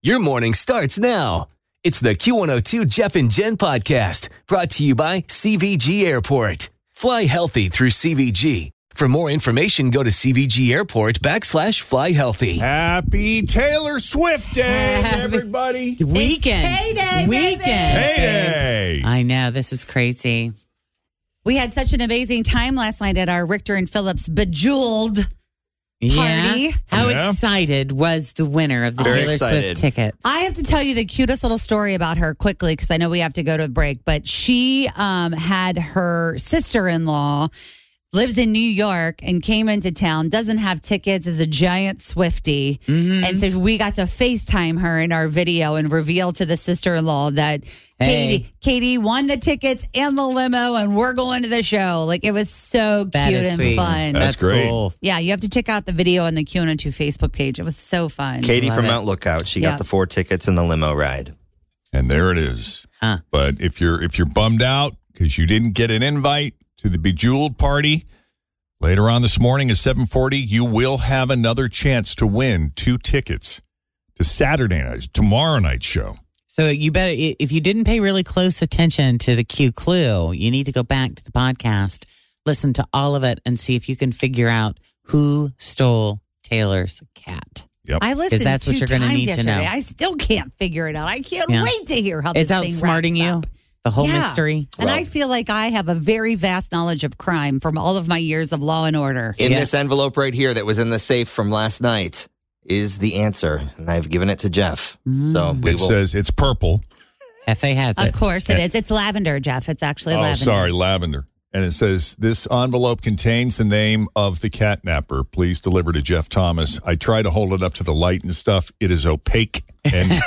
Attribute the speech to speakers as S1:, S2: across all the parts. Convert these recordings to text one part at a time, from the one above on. S1: Your morning starts now. It's the Q102 Jeff and Jen podcast brought to you by CVG Airport. Fly healthy through CVG. For more information, go to CVG Airport backslash fly healthy.
S2: Happy Taylor Swift Day, everybody.
S3: Weekend.
S4: payday, baby.
S3: Weekend.
S2: Hey.
S3: I know. This is crazy.
S4: We had such an amazing time last night at our Richter and Phillips Bejeweled. Party.
S3: Yeah. How
S2: Yeah.
S3: excited was the winner of the
S5: Very
S3: Taylor
S5: excited.
S3: Swift tickets?
S4: I have to tell you the cutest little story about her quickly because I know we have to go to a break. But she um, had her sister in law lives in New York and came into town, doesn't have tickets, is a giant Swifty.
S3: Mm-hmm.
S4: And so we got to FaceTime her in our video and reveal to the sister in law that
S3: Hey.
S4: Katie, Katie won the tickets and the limo and we're going to the show. Like it was so
S3: That
S4: cute
S3: is
S4: and
S3: sweet.
S4: fun.
S2: That's great.
S3: cool.
S4: yeah, you have to check out the video on the QN2 Facebook page. It was so fun.
S5: Katie
S3: Love
S5: from
S3: it.
S5: Mount Lookout. She
S4: Yeah.
S5: got the four tickets and the limo ride.
S2: And there it is.
S3: Huh.
S2: But if you're if you're bummed out because you didn't get an invite to the Bejeweled party later on this morning at 7:40, you will have another chance to win two tickets to Saturday night, tomorrow night's show.
S3: So you better i- if you didn't pay really close attention to the Q clue, you need to go back to the podcast, listen to all of it, and see if you can figure out who stole Taylor's cat.
S2: Yep.
S4: I listened
S3: that's what
S4: two
S3: you're gonna
S4: times
S3: need to
S4: yesterday.
S3: know.
S4: I still can't figure it out. I can't
S3: Yeah.
S4: wait to hear how
S3: It's
S4: this thing
S3: outsmarting
S4: wraps
S3: you.
S4: up.
S3: The whole
S4: Yeah.
S3: mystery.
S4: And
S5: Well-
S4: I feel like I have a very vast knowledge of crime from all of my years of law and order.
S5: In
S3: Yeah.
S5: this envelope right here that was in the safe from last night is the answer. And I've given it to Jeff. So
S3: Mm.
S5: we
S2: it
S5: will.
S2: says it's purple.
S3: FA has
S4: of
S3: it.
S4: course it is. It's lavender, Jeff. It's actually
S2: oh,
S4: lavender.
S2: sorry, lavender. And it says this envelope contains the name of the catnapper. Please deliver to Jeff Thomas. I try to hold it up to the light and stuff. It is opaque and,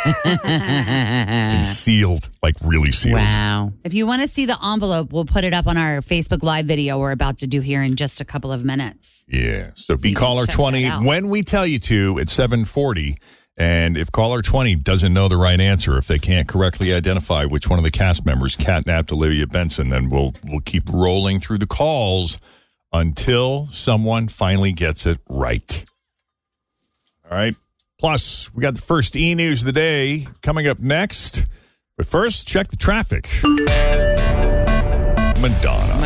S2: and sealed, like really sealed.
S3: wow.
S4: If you want to see the envelope, we'll put it up on our Facebook Live video we're about to do here in just a couple of minutes.
S2: Yeah. So be
S4: you can
S2: caller
S4: check that
S2: 20
S4: out.
S2: when we tell you to at 740. And if caller 20 doesn't know the right answer, if they can't correctly identify which one of the cast members catnapped Olivia Benson, then we'll we'll keep rolling through the calls until someone finally gets it right. All right. Plus, we got the first e news of the day coming up next. But first, check the traffic. Madonna.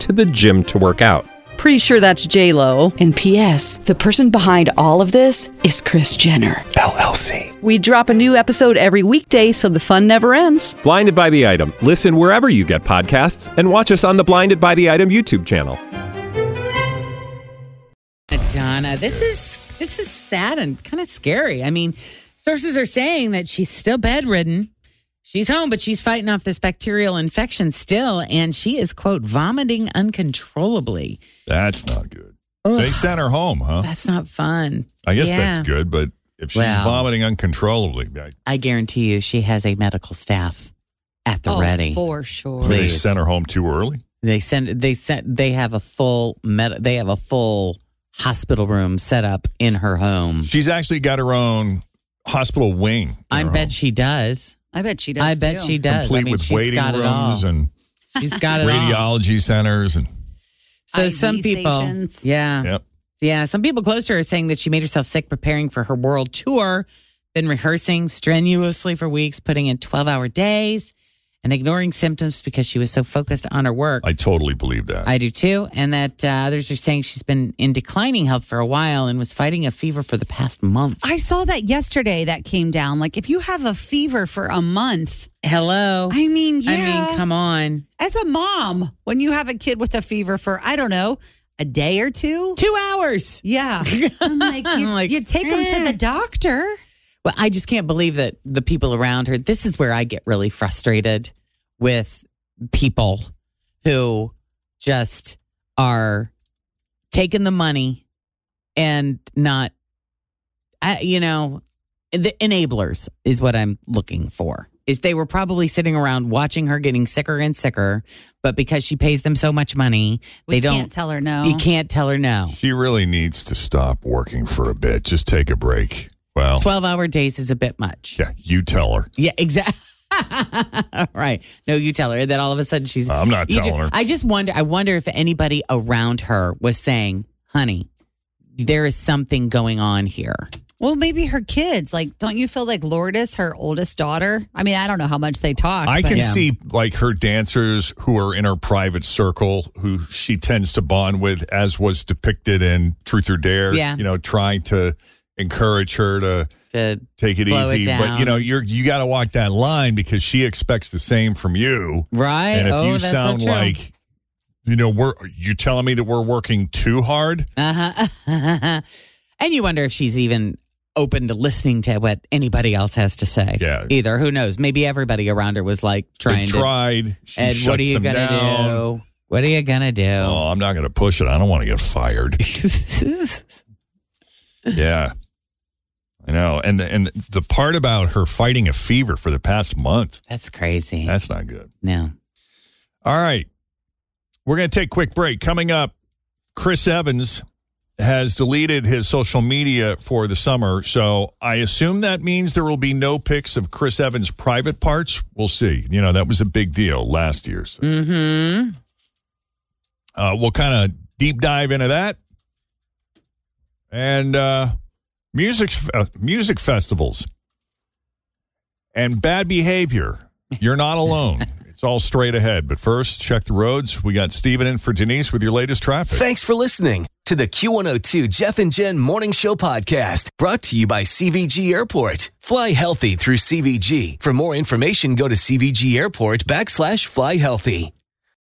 S6: to the gym to work out.
S7: Pretty sure that's J Lo.
S8: And P.S. The person behind all of this is Chris Jenner.
S6: LLC.
S7: We drop a new episode every weekday, so the fun never ends.
S6: Blinded by the item. Listen wherever you get podcasts, and watch us on the Blinded by the Item YouTube channel.
S3: Madonna. This is this is sad and kind of scary. I mean, sources are saying that she's still bedridden. She's home, but she's fighting off this bacterial infection still, and she is quote vomiting uncontrollably.
S2: That's not good.
S3: Ugh.
S2: They sent her home, huh?
S3: That's not fun.
S2: I guess
S3: Yeah.
S2: that's good, but if she's
S3: Well.
S2: vomiting uncontrollably, I-
S3: I guarantee you, she has a medical staff at the
S4: Oh,
S3: ready.
S4: for sure.
S3: Please.
S2: they sent her home too early.
S3: They send. They sent. They have a full med. They have a full hospital room set up in her home.
S2: She's actually got her own hospital wing.
S3: I bet she does.
S4: I bet she does.
S3: I bet
S4: too.
S3: she does.
S2: Complete
S3: I mean,
S2: with
S3: she's
S2: waiting
S3: got it
S2: rooms
S3: all.
S2: and
S3: she's got it all.
S2: radiology centers and
S3: So
S4: IV
S3: some people,
S4: stations.
S3: yeah,
S2: yep.
S3: yeah, some people close to her are saying that she made herself sick preparing for her world tour, been rehearsing strenuously for weeks, putting in twelve-hour days, and ignoring symptoms because she was so focused on her work.
S2: I totally believe that.
S3: I do too. And that uh, others are saying she's been in declining health for a while and was fighting a fever for the past month.
S4: I saw that yesterday that came down. Like, if you have a fever for a month,
S3: Hello.
S4: I mean, yeah.
S3: I mean, come on.
S4: As a mom, when you have a kid with a fever for, I don't know, a day or two.
S3: Two hours.
S4: Yeah. I'm like, you,
S3: I'm like,
S4: you take them to
S3: eh.
S4: the doctor.
S3: Well, I just can't believe that the people around her, this is where I get really frustrated with people who just are taking the money and not, I, you know, the enablers is what I'm looking for. Is they were probably sitting around watching her getting sicker and sicker, but because she pays them so much money,
S4: We
S3: they don't.
S4: can't tell her no.
S3: You can't tell her no.
S2: She really needs to stop working for a bit. Just take a break. Well,
S3: Twelve-hour days is a bit much.
S2: yeah, you tell her.
S3: Yeah, exactly. right. No, you tell her that all of a sudden she's.
S2: I'm not
S3: You ju-
S2: telling Uh, her.
S3: I just wonder. I wonder if anybody around her was saying, "Honey, there is something going on here."
S4: Well, maybe her kids. Like, don't you feel like Lourdes, her oldest daughter? I mean, I don't know how much they talk.
S2: I
S4: but-
S2: can see like her dancers who are in her private circle who she tends to bond with, as was depicted in Truth or Dare.
S3: Yeah.
S2: You know, trying to encourage her to
S3: To
S2: take it
S3: Slow it
S2: easy. But you
S3: down.
S2: know, you're you gotta walk that line because she expects the same from you.
S3: right.
S2: and if
S3: oh,
S2: you
S3: that's
S2: sound
S3: so true.
S2: like you know, we're you telling me that we're working too hard?
S3: uh-huh. and you wonder if she's even open to listening to what anybody else has to say.
S2: Yeah.
S3: Either who knows? Maybe everybody around her was like
S2: They
S3: trying to.
S2: tried. She
S3: and
S2: shuts
S3: what are you
S2: them
S3: gonna
S2: down.
S3: do? What are you gonna do?
S2: Oh, I'm not going to push it. I don't want to get fired. yeah. I know. And the, and the part about her fighting a fever for the past month,
S3: That's crazy.
S2: that's not good.
S3: no.
S2: All right. We're going to take a quick break. Coming up, Chris Evans has deleted his social media for the summer. So I assume that means there will be no pics of Chris Evans' private parts. We'll see. You know, that was a big deal last year. So.
S3: Mm-hmm.
S2: Uh, we'll kind of deep dive into that. And uh, music uh, music festivals and bad behavior. You're not alone. it's all straight ahead. But first, check the roads. We got Steven in for Denise with your latest traffic.
S1: Thanks for listening to the Q102 Jeff and Jen Morning Show podcast brought to you by CVG Airport. Fly healthy through CVG. For more information, go to CVG Airport backslash fly healthy.